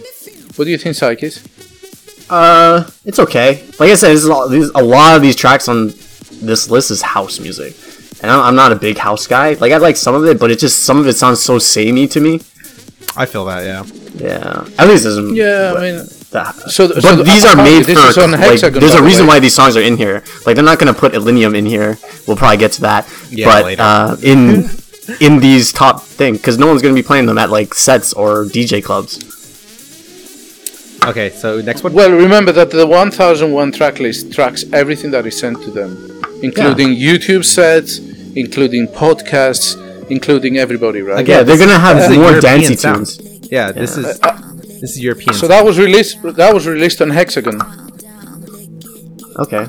[SPEAKER 2] What do you think, Psychis?
[SPEAKER 4] Uh, it's okay. Like I said, this is all, these, a lot of these tracks on this list is house music, and I'm, I'm not a big house guy. Like I like some of it, but it just some of it sounds so samey to me.
[SPEAKER 3] I feel that, yeah.
[SPEAKER 4] Yeah, at least this is
[SPEAKER 2] Yeah, I mean,
[SPEAKER 4] That,
[SPEAKER 2] So-
[SPEAKER 4] but
[SPEAKER 2] so
[SPEAKER 4] these are
[SPEAKER 2] apparently
[SPEAKER 4] made
[SPEAKER 2] this
[SPEAKER 4] for
[SPEAKER 2] is on
[SPEAKER 4] like,
[SPEAKER 2] Hexagon,
[SPEAKER 4] there's
[SPEAKER 2] by
[SPEAKER 4] a
[SPEAKER 2] the
[SPEAKER 4] reason
[SPEAKER 2] way.
[SPEAKER 4] why these songs are in here. Like they're not gonna put Illinium in here. We'll probably get to that.
[SPEAKER 3] Yeah,
[SPEAKER 4] but
[SPEAKER 3] later.
[SPEAKER 4] uh, in in these top thing, because no one's gonna be playing them at like sets or DJ clubs.
[SPEAKER 3] Okay, so next one.
[SPEAKER 2] well, remember that the 1001 track list tracks everything that is sent to them, including YouTube sets, including podcasts, including everybody, right?
[SPEAKER 3] Again,
[SPEAKER 4] Yeah, they're
[SPEAKER 3] this-
[SPEAKER 4] gonna
[SPEAKER 3] this
[SPEAKER 4] have
[SPEAKER 3] is a
[SPEAKER 4] more
[SPEAKER 3] European
[SPEAKER 4] dancey
[SPEAKER 3] sound.
[SPEAKER 4] tunes.
[SPEAKER 3] Yeah, this is this is European.
[SPEAKER 2] So that was released. That was released on Hexagon
[SPEAKER 4] Okay.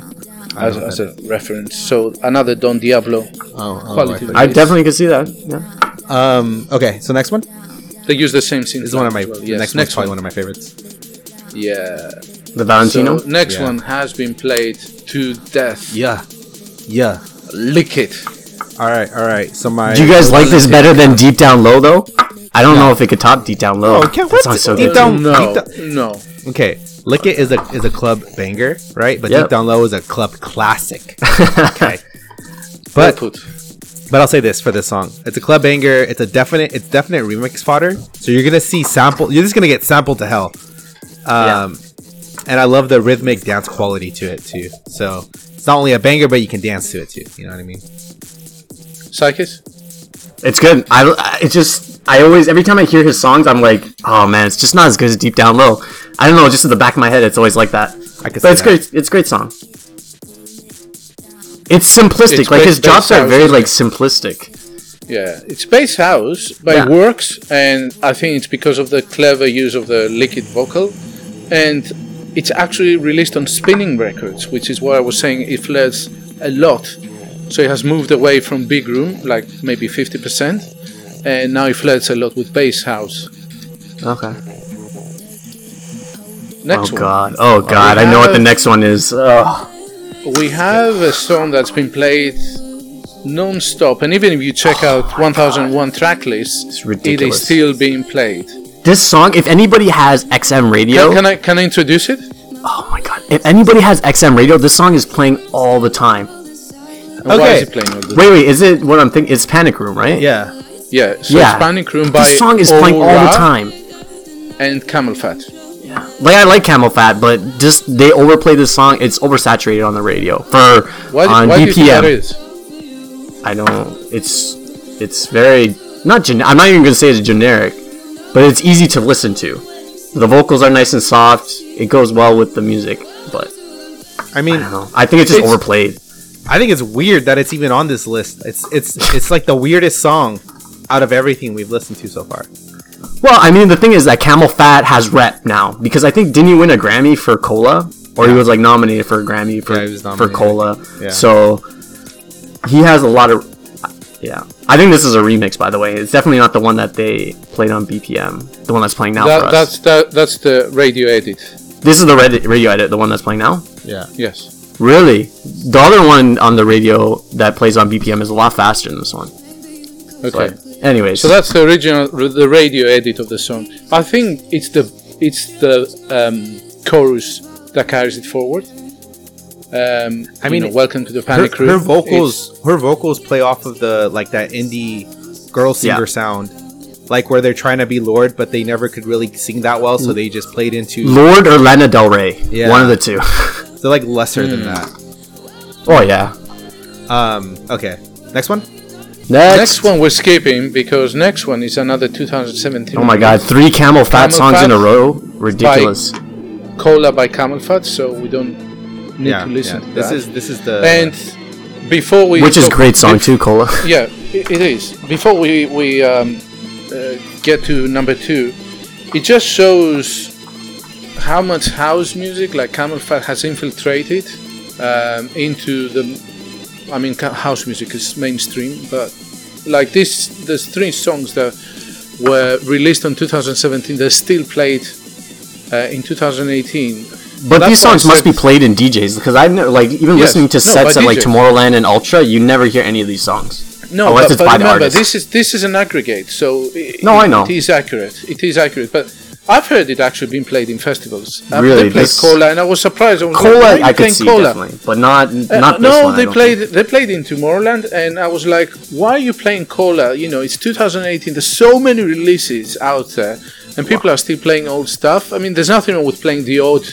[SPEAKER 2] as, as a reference. So another Don Diablo
[SPEAKER 3] oh, oh,
[SPEAKER 2] quality.
[SPEAKER 4] I
[SPEAKER 2] release.
[SPEAKER 4] definitely could see that. Yeah.
[SPEAKER 3] Um. Okay. So next one
[SPEAKER 2] They use the same synth.
[SPEAKER 3] this is one of my
[SPEAKER 2] as well.
[SPEAKER 3] the
[SPEAKER 2] Yes,
[SPEAKER 3] next, next probably one. of my favorites.
[SPEAKER 2] Yeah.
[SPEAKER 4] The Valentino.
[SPEAKER 2] So next
[SPEAKER 3] Yeah.
[SPEAKER 2] one has been played to death.
[SPEAKER 3] Yeah. Yeah.
[SPEAKER 2] Lick it.
[SPEAKER 3] All right. All right. So my.
[SPEAKER 4] Do you guys like this better than Deep Down Low though? I don't know if it could top Deep Down Low.
[SPEAKER 3] Oh, okay,
[SPEAKER 4] That
[SPEAKER 3] what?
[SPEAKER 4] song's so
[SPEAKER 3] Deep
[SPEAKER 4] good.
[SPEAKER 3] Down-
[SPEAKER 2] no,
[SPEAKER 3] Deep
[SPEAKER 2] no.
[SPEAKER 3] okay? Lick it is a is a club banger, right? But
[SPEAKER 4] Yep.
[SPEAKER 3] Deep Down Low is a club classic. okay. But
[SPEAKER 2] Well put.
[SPEAKER 3] But I'll say this for this song: it's a club banger. It's a definite. It's definite remix fodder. So you're gonna see sample. You're just gonna get sampled to hell. Um, and I love the rhythmic dance quality to it too. So it's not only a banger, but you can dance to it too. You know what I mean?
[SPEAKER 2] Psychis.
[SPEAKER 4] It's good. I, I it just I always every time I hear his songs, I'm like, oh man, it's just not as good as Deep Down Low. I don't know, just at the back of my head, it's always like that.
[SPEAKER 3] I
[SPEAKER 4] But
[SPEAKER 3] could say
[SPEAKER 4] it's
[SPEAKER 3] that.
[SPEAKER 4] great. It's a great song. It's simplistic.
[SPEAKER 2] It's
[SPEAKER 4] like his
[SPEAKER 2] based- based
[SPEAKER 4] drops are
[SPEAKER 2] house,
[SPEAKER 4] very
[SPEAKER 2] isn't
[SPEAKER 4] like simplistic.
[SPEAKER 2] Yeah, it's Bass House by
[SPEAKER 4] Yeah.
[SPEAKER 2] Works, and I think it's because of the clever use of the liquid vocal. And it's actually released on Spinning Records, which is why I was saying it flirts a lot. So it has moved away from Big Room, like maybe 50%, and now it flirts a lot with Bass House.
[SPEAKER 4] Okay. Oh
[SPEAKER 2] Next
[SPEAKER 4] god. Oh god. I know what the
[SPEAKER 2] have-
[SPEAKER 4] next one is. Ugh.
[SPEAKER 2] one, we have a song that's been played non stop, and even if you check out 1001 track lists, it is
[SPEAKER 4] ridiculous.
[SPEAKER 2] still being played.
[SPEAKER 4] this song, if anybody has XM radio,
[SPEAKER 2] Can, can I can I introduce it?
[SPEAKER 4] oh my god, if anybody has XM radio, this song is playing all the time.
[SPEAKER 2] And Why
[SPEAKER 3] Okay.
[SPEAKER 2] is it playing all the
[SPEAKER 4] Wait, wait, is it what I'm thinking? It's Panic Room, right?
[SPEAKER 3] Yeah.
[SPEAKER 2] Yeah. So
[SPEAKER 4] Yeah.
[SPEAKER 2] it's Panic Room by
[SPEAKER 4] This song is playing all
[SPEAKER 2] Aura
[SPEAKER 4] the time.
[SPEAKER 2] and Camel Fat.
[SPEAKER 4] Like I like Camel Fat, but just they overplay this song. It's oversaturated on the radio for
[SPEAKER 2] Why,
[SPEAKER 4] on
[SPEAKER 2] why do you think that
[SPEAKER 4] BPM.
[SPEAKER 2] is?
[SPEAKER 4] I don't. It's it's very not. Gen- I'm not even gonna say it's generic, but it's easy to listen to. The vocals are nice and soft. It goes well with the music, but
[SPEAKER 3] I mean,
[SPEAKER 4] I don't know. I think it's just
[SPEAKER 3] It's-
[SPEAKER 4] overplayed.
[SPEAKER 3] I think it's weird that it's even on this list. It's it's it's like the weirdest song out of everything we've listened to so far.
[SPEAKER 4] Well, I mean, the thing is that Camel Fat has rep now because I think didn't he win a Grammy for Cola, or he was like nominated for a Grammy for
[SPEAKER 3] Yeah, he was
[SPEAKER 4] for
[SPEAKER 3] nominated.
[SPEAKER 4] Cola.
[SPEAKER 3] Yeah.
[SPEAKER 4] So he has a lot of. Yeah, I think this is a remix, by the way. It's definitely not the one that they played on BPM, the one that's playing now for
[SPEAKER 2] That,
[SPEAKER 4] us.
[SPEAKER 2] that's that, that's the radio edit.
[SPEAKER 4] This is the Reddit radio edit, the one that's playing now.
[SPEAKER 3] Yeah.
[SPEAKER 2] Yes.
[SPEAKER 4] Really, the other one on the radio that plays on BPM is a lot faster than this one.
[SPEAKER 2] Okay.
[SPEAKER 4] But anyways,
[SPEAKER 2] So that's the original, the radio edit of the song. I think it's the it's the um, chorus that carries it forward. Um, I mean,
[SPEAKER 3] mean,
[SPEAKER 2] welcome to the
[SPEAKER 3] Her,
[SPEAKER 2] panic room.
[SPEAKER 3] her vocals her vocals play off of the like that indie girl singer
[SPEAKER 4] Yeah.
[SPEAKER 3] sound. Like where they're trying to be Lord, but they never could really sing that well,
[SPEAKER 2] Mm.
[SPEAKER 3] so they just played into
[SPEAKER 4] Lord or Lana Del Rey,
[SPEAKER 3] Yeah.
[SPEAKER 4] one of the two.
[SPEAKER 3] they're like lesser
[SPEAKER 2] Mm.
[SPEAKER 3] than that.
[SPEAKER 4] oh yeah.
[SPEAKER 3] Um okay. Next one?
[SPEAKER 2] It's- next one we're skipping because next one is another 2017.
[SPEAKER 4] Oh my god, three camel fat
[SPEAKER 2] Camel
[SPEAKER 4] songs in a
[SPEAKER 2] Fat
[SPEAKER 4] row? Ridiculous.
[SPEAKER 2] Cola by Camel Fat, so we don't need
[SPEAKER 3] yeah.
[SPEAKER 2] to listen
[SPEAKER 3] yeah.
[SPEAKER 2] to
[SPEAKER 3] this
[SPEAKER 2] that.
[SPEAKER 3] is this is the
[SPEAKER 2] and before we
[SPEAKER 4] Which is
[SPEAKER 2] talk-
[SPEAKER 4] great song
[SPEAKER 2] bef-
[SPEAKER 4] too, Cola.
[SPEAKER 2] Yeah, i- it is. Before we we um, uh, get to number two, it just shows how much house music, like Camel Fat, has infiltrated um, into the. I mean, ca- house music is mainstream, but like this, there's three songs that were released in 2017. They're still played uh, in 2018.
[SPEAKER 4] But
[SPEAKER 2] That's
[SPEAKER 4] these
[SPEAKER 2] why I
[SPEAKER 4] songs must
[SPEAKER 2] said-
[SPEAKER 4] be played in DJs because I've never, like even
[SPEAKER 2] Yes,
[SPEAKER 4] listening to
[SPEAKER 2] no,
[SPEAKER 4] sets
[SPEAKER 2] by
[SPEAKER 4] at like
[SPEAKER 2] DJs.
[SPEAKER 4] Tomorrowland and Ultra, you never hear any of these songs.
[SPEAKER 2] No,
[SPEAKER 4] unless
[SPEAKER 2] but,
[SPEAKER 4] it's
[SPEAKER 2] but
[SPEAKER 4] by the
[SPEAKER 2] remember,
[SPEAKER 4] artist.
[SPEAKER 2] this is this is an aggregate, so i-
[SPEAKER 4] No,
[SPEAKER 2] it-
[SPEAKER 4] I know.
[SPEAKER 2] it is accurate. It is accurate, but I've heard it actually being played in festivals. Uh,
[SPEAKER 4] Really,
[SPEAKER 2] they played
[SPEAKER 4] this-
[SPEAKER 2] cola, and I was surprised. I was like, "Why are
[SPEAKER 4] Cola,
[SPEAKER 2] you
[SPEAKER 4] I could
[SPEAKER 2] playing
[SPEAKER 4] see
[SPEAKER 2] cola?"
[SPEAKER 4] definitely, but not
[SPEAKER 2] Uh,
[SPEAKER 4] not
[SPEAKER 2] no,
[SPEAKER 4] this one. I
[SPEAKER 2] they
[SPEAKER 4] don't
[SPEAKER 2] played
[SPEAKER 4] think.
[SPEAKER 2] they played in Tomorrowland, and I was like, "Why are you playing cola?" You know, it's 2018. There's so many releases out there, and people are still playing old stuff. I mean, there's nothing wrong with playing the old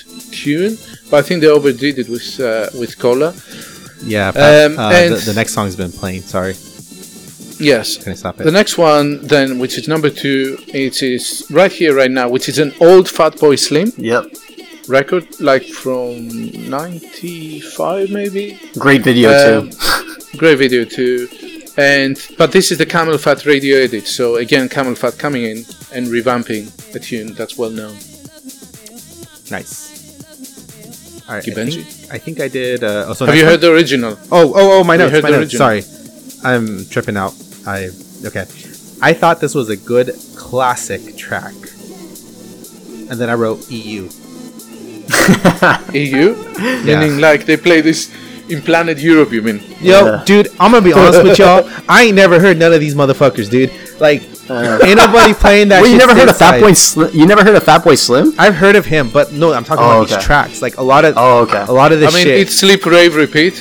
[SPEAKER 2] tune, but I think they overdid it with uh, with cola.
[SPEAKER 3] Yeah, but,
[SPEAKER 2] Um,
[SPEAKER 3] uh,
[SPEAKER 2] and-
[SPEAKER 3] the, the next song's been playing, sorry.
[SPEAKER 2] Yes,
[SPEAKER 3] Can I stop it?
[SPEAKER 2] The next one, then, which is number two, it is right here, right now, which is an old Fatboy Slim
[SPEAKER 4] Yep.
[SPEAKER 2] record, like from '95, maybe.
[SPEAKER 4] Great video
[SPEAKER 2] Um,
[SPEAKER 4] too.
[SPEAKER 2] Great video too. And but this is the Camel Fat radio edit, so again, Camel Fat coming in and revamping a tune that's well known.
[SPEAKER 3] Nice. All right, I
[SPEAKER 2] Givenchy?
[SPEAKER 3] think, I think I did. Uh, oh, so
[SPEAKER 2] Have
[SPEAKER 3] next
[SPEAKER 2] you
[SPEAKER 3] one?
[SPEAKER 2] heard the original?
[SPEAKER 3] Oh, oh, oh! My
[SPEAKER 2] Have
[SPEAKER 3] notes.
[SPEAKER 2] you heard
[SPEAKER 3] my
[SPEAKER 2] the
[SPEAKER 3] notes. Sorry,
[SPEAKER 2] original?
[SPEAKER 3] I'm tripping out. I okay. I thought this was a good classic track, and then I wrote E EU.
[SPEAKER 2] EU, E meaning like they play this in Planet Europe. You mean?
[SPEAKER 3] Yo,
[SPEAKER 4] Yeah.
[SPEAKER 3] dude, I'm gonna be honest with y'all. I ain't never heard none of these motherfuckers, dude. Like, ain't nobody playing that.
[SPEAKER 4] Wait, Uh. you
[SPEAKER 3] shit
[SPEAKER 4] never heard of Fat
[SPEAKER 3] stateside.
[SPEAKER 4] Boy Slim? You never heard of Fat Boy Slim?
[SPEAKER 3] I've heard of him, but no, I'm talking
[SPEAKER 4] Oh,
[SPEAKER 3] about
[SPEAKER 4] okay.
[SPEAKER 3] these tracks. Like a lot of,
[SPEAKER 4] Oh, okay.
[SPEAKER 3] a lot of this
[SPEAKER 2] I mean,
[SPEAKER 3] shit.
[SPEAKER 2] it's Sleep Rave Repeat.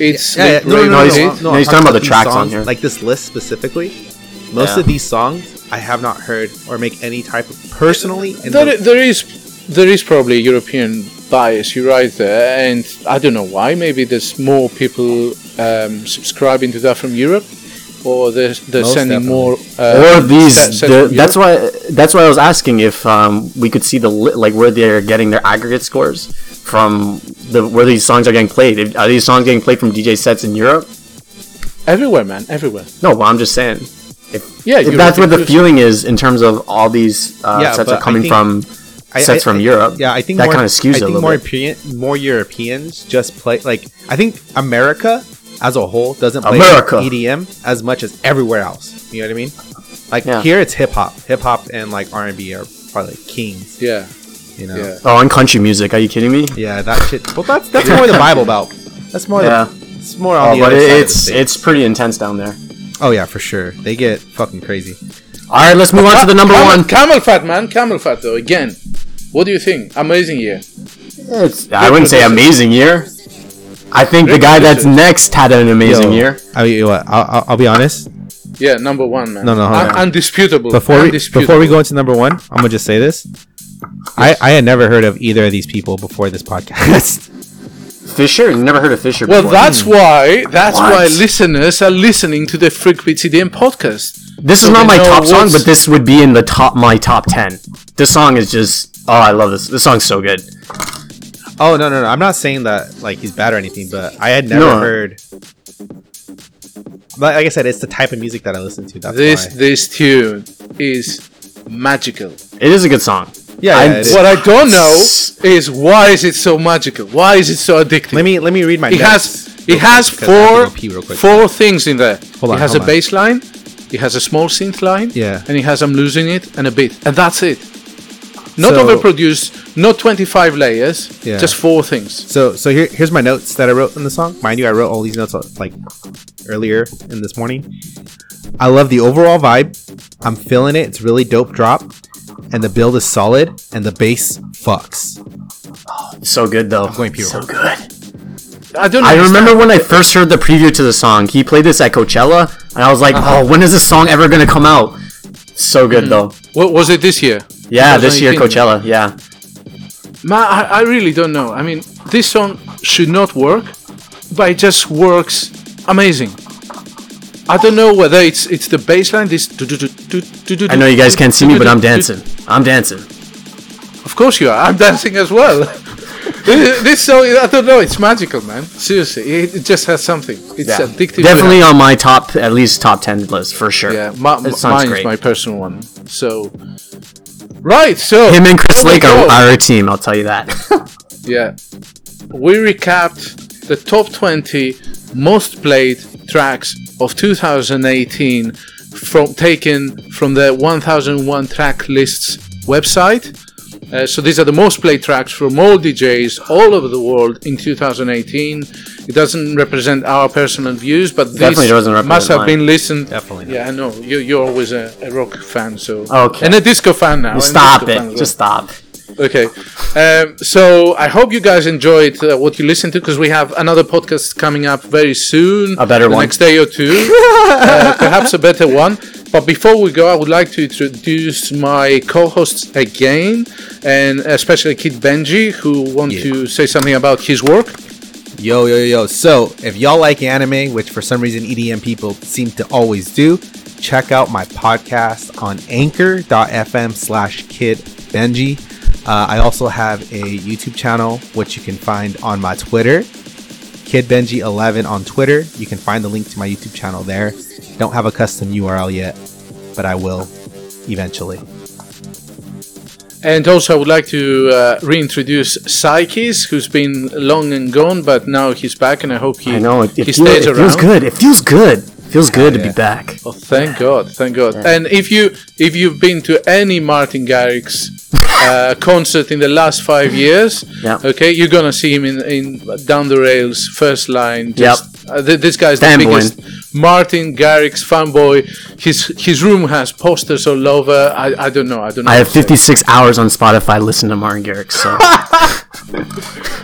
[SPEAKER 2] It's
[SPEAKER 3] Yeah, yeah,
[SPEAKER 2] Sleep
[SPEAKER 3] no, no,
[SPEAKER 2] Rave
[SPEAKER 3] no, no,
[SPEAKER 4] no,
[SPEAKER 2] Repeat.
[SPEAKER 4] no,
[SPEAKER 3] no,
[SPEAKER 4] no, he's
[SPEAKER 3] I'm
[SPEAKER 4] talking about the
[SPEAKER 3] these
[SPEAKER 4] tracks on
[SPEAKER 3] songs,
[SPEAKER 4] here.
[SPEAKER 3] Like this list specifically, most
[SPEAKER 4] Yeah.
[SPEAKER 3] of these songs I have not heard or make any type of personally. In
[SPEAKER 2] There,
[SPEAKER 3] the,
[SPEAKER 2] there is there is probably European bias. You're right there, and I don't know why. Maybe there's more people um, subscribing to that from Europe, or they're, they're
[SPEAKER 3] Most
[SPEAKER 2] sending
[SPEAKER 3] definitely.
[SPEAKER 2] more. uh,
[SPEAKER 3] Uh,
[SPEAKER 4] or these the, that's
[SPEAKER 2] what
[SPEAKER 4] why that's why I was asking if um, we could see the li- like where they're getting their aggregate scores from the where these songs are getting played. If, are these songs getting played from DJ sets in Europe?
[SPEAKER 2] everywhere, man, everywhere.
[SPEAKER 4] No, but I'm just saying if,
[SPEAKER 2] Yeah,
[SPEAKER 4] if
[SPEAKER 2] Europe
[SPEAKER 4] that's what the
[SPEAKER 2] includes-
[SPEAKER 4] feeling is in terms of all these uh,
[SPEAKER 3] Yeah,
[SPEAKER 4] sets
[SPEAKER 3] but
[SPEAKER 4] are coming
[SPEAKER 3] I think-
[SPEAKER 4] from
[SPEAKER 3] I-
[SPEAKER 4] sets
[SPEAKER 3] I-
[SPEAKER 4] from
[SPEAKER 3] I-
[SPEAKER 4] Europe.
[SPEAKER 3] yeah, I think
[SPEAKER 4] that
[SPEAKER 3] more-
[SPEAKER 4] kind of skews it
[SPEAKER 3] I
[SPEAKER 4] a
[SPEAKER 3] think
[SPEAKER 4] little
[SPEAKER 3] more
[SPEAKER 4] bit.
[SPEAKER 3] European, more Europeans just play. Like I think America as a whole doesn't play
[SPEAKER 4] America.
[SPEAKER 3] EDM as much as everywhere else. You know what I mean? Like
[SPEAKER 4] Yeah.
[SPEAKER 3] here, it's hip hop, hip hop, and like R and B are probably kings.
[SPEAKER 2] Yeah,
[SPEAKER 3] You know?
[SPEAKER 2] yeah.
[SPEAKER 4] Oh, and country music? Are you kidding me?
[SPEAKER 3] Yeah, that shit. Well, that's that's more the Bible belt. That's more.
[SPEAKER 4] Yeah.
[SPEAKER 3] The, it's more on
[SPEAKER 4] Oh,
[SPEAKER 3] the
[SPEAKER 4] but
[SPEAKER 3] other side of the
[SPEAKER 4] it's
[SPEAKER 3] state.
[SPEAKER 4] it's pretty intense down there.
[SPEAKER 3] Oh yeah, for sure. They get fucking crazy.
[SPEAKER 4] All right, let's move on to the number
[SPEAKER 2] Camel-
[SPEAKER 4] one.
[SPEAKER 2] Camel Fat Man, Camel Fat though. Again, what do you think? Amazing year.
[SPEAKER 4] It's, I wouldn't say amazing year. I think the guy that's next had an amazing
[SPEAKER 3] Yo,
[SPEAKER 4] year.
[SPEAKER 3] I, you know what, I'll, I'll, I'll be honest.
[SPEAKER 2] Yeah, number one, man.
[SPEAKER 3] No, no, hold
[SPEAKER 2] Un-
[SPEAKER 3] on.
[SPEAKER 2] undisputable.
[SPEAKER 3] Before we
[SPEAKER 2] undisputable.
[SPEAKER 3] before we go into number one, I'm gonna just say this. I, I had never heard of either of these people before this podcast.
[SPEAKER 4] Fisher? Never heard of Fisher
[SPEAKER 2] Well,
[SPEAKER 4] before.
[SPEAKER 2] that's why that's
[SPEAKER 4] What?
[SPEAKER 2] why listeners are listening to the Freak Beat CDM podcast.
[SPEAKER 4] This is
[SPEAKER 2] So
[SPEAKER 4] not
[SPEAKER 2] we
[SPEAKER 4] my
[SPEAKER 2] know
[SPEAKER 4] top song,
[SPEAKER 2] what's-
[SPEAKER 4] but this would be in the top my top ten. This song is just oh, I love this. This song's so good.
[SPEAKER 3] oh no no no! I'm not saying that like he's bad or anything, but I had never
[SPEAKER 4] No.
[SPEAKER 3] heard. But like I said, it's the type of music that I listen to. That's
[SPEAKER 2] This
[SPEAKER 3] why.
[SPEAKER 2] this tune is magical.
[SPEAKER 4] It is a good song.
[SPEAKER 3] yeah.
[SPEAKER 4] I'm-
[SPEAKER 3] yeah, it is.
[SPEAKER 2] What I don't know is why is it so magical? Why is it so addictive?
[SPEAKER 3] let me let me read my.
[SPEAKER 2] it
[SPEAKER 3] notes.
[SPEAKER 2] has it has
[SPEAKER 3] because I
[SPEAKER 2] four
[SPEAKER 3] have to go pee real quick.
[SPEAKER 2] four things in there.
[SPEAKER 3] Hold on,
[SPEAKER 2] it has a
[SPEAKER 3] hold on.
[SPEAKER 2] bass line, it has a small synth line,
[SPEAKER 3] Yeah.
[SPEAKER 2] and it has I'm losing it and a beat, and that's it. Not
[SPEAKER 3] So-
[SPEAKER 2] overproduced, not 25 layers,
[SPEAKER 3] Yeah.
[SPEAKER 2] just four things.
[SPEAKER 3] So so here here's my notes that I wrote in the song. Mind you, I wrote all these notes like earlier in this morning. I love the overall vibe. I'm feeling it. It's really dope drop, and the build is solid, and the bass fucks.
[SPEAKER 4] So good though.
[SPEAKER 3] going pure.
[SPEAKER 4] So good.
[SPEAKER 2] I don't.
[SPEAKER 4] I
[SPEAKER 2] understand.
[SPEAKER 4] remember when I first heard the preview to the song. He played this at Coachella, and I was like,
[SPEAKER 2] Uh-huh.
[SPEAKER 4] oh, when is this song ever gonna come out? So
[SPEAKER 2] Hmm.
[SPEAKER 4] good though.
[SPEAKER 2] What was it this year?
[SPEAKER 4] Yeah, this year
[SPEAKER 2] 2019.
[SPEAKER 4] Coachella. Yeah.
[SPEAKER 2] Ma, I, I really don't know. I mean, this song should not work, but it just works amazing. I don't know whether it's it's the baseline. This
[SPEAKER 4] I know you guys can't see me, but I'm dancing. I'm dancing.
[SPEAKER 2] Of course you are. I'm dancing as well. this this song, I don't know. It's magical, man. Seriously, it, it just has something. It's
[SPEAKER 4] Yeah.
[SPEAKER 2] addictive.
[SPEAKER 4] Definitely on my top, at least top ten list for sure.
[SPEAKER 2] Yeah, my,
[SPEAKER 4] It sounds
[SPEAKER 2] mine
[SPEAKER 4] great.
[SPEAKER 2] is my personal one. So, right. So
[SPEAKER 4] Him and Chris
[SPEAKER 2] here we
[SPEAKER 4] Lake are,
[SPEAKER 2] go.
[SPEAKER 4] are a team. I'll tell you that.
[SPEAKER 2] Yeah. We recapped the top 20 most played tracks of 2018 from taken from the 1001 track lists website. Uh, so these are the most played tracks from all DJs all over the world in 2018. It doesn't represent our personal views, but this
[SPEAKER 4] Definitely doesn't represent
[SPEAKER 2] must have
[SPEAKER 4] mine.
[SPEAKER 2] been listened.
[SPEAKER 3] Definitely not.
[SPEAKER 2] Yeah, I know. You, you're always a, a rock fan, so
[SPEAKER 4] Okay.
[SPEAKER 2] and a disco fan now. and
[SPEAKER 4] stop
[SPEAKER 2] disco fan as
[SPEAKER 4] it.
[SPEAKER 2] well.
[SPEAKER 4] Just stop.
[SPEAKER 2] Okay. Um, so I hope you guys enjoyed uh, what you listened to because we have another podcast coming up very soon.
[SPEAKER 4] A better
[SPEAKER 2] the
[SPEAKER 4] one.
[SPEAKER 2] Next day or two. uh, perhaps a better one. But before we go, I would like to introduce my co hosts again, and especially Kid Benji, who want
[SPEAKER 3] Yeah.
[SPEAKER 2] to say something about his work.
[SPEAKER 3] Yo yo yo. So if y'all like anime, which for some reason EDM people seem to always do, check out my podcast on Anchor.fm slash Kid Benji. Uh, I also have a YouTube channel, which you can find on my Twitter KidBenji11 on Twitter. You can find the link to my YouTube channel there. Don't have a custom URL yet, but I will eventually.
[SPEAKER 2] And also, I would like to uh, reintroduce Psyches, who's been long and gone, but now he's back, and I hope he,
[SPEAKER 4] I know it,
[SPEAKER 2] he
[SPEAKER 4] it, feel-
[SPEAKER 2] stays
[SPEAKER 4] it
[SPEAKER 2] around.
[SPEAKER 4] feels good. It feels good. feels good to
[SPEAKER 3] yeah.
[SPEAKER 4] be back.
[SPEAKER 2] Oh, thank God, thank God. And if you if you've been to any Martin Garrix uh, concert in the last five years,
[SPEAKER 4] Yeah.
[SPEAKER 2] okay, you're gonna see him in, in down the rails, first line. Just, uh, th- this guy's the
[SPEAKER 4] Fanboying.
[SPEAKER 2] biggest Martin Garrix fanboy. His his room has posters all over. I, I don't know. I don't know.
[SPEAKER 4] I have
[SPEAKER 2] what to say.
[SPEAKER 4] 56 hours on Spotify listening to Martin Garrix. So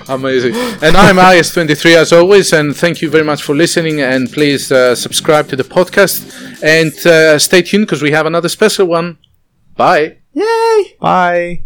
[SPEAKER 2] Amazing. And I'm IS23 as always, and thank you very much for listening. And please uh, subscribe to the podcast and uh, stay tuned because we have another special one. Bye.
[SPEAKER 3] Bye.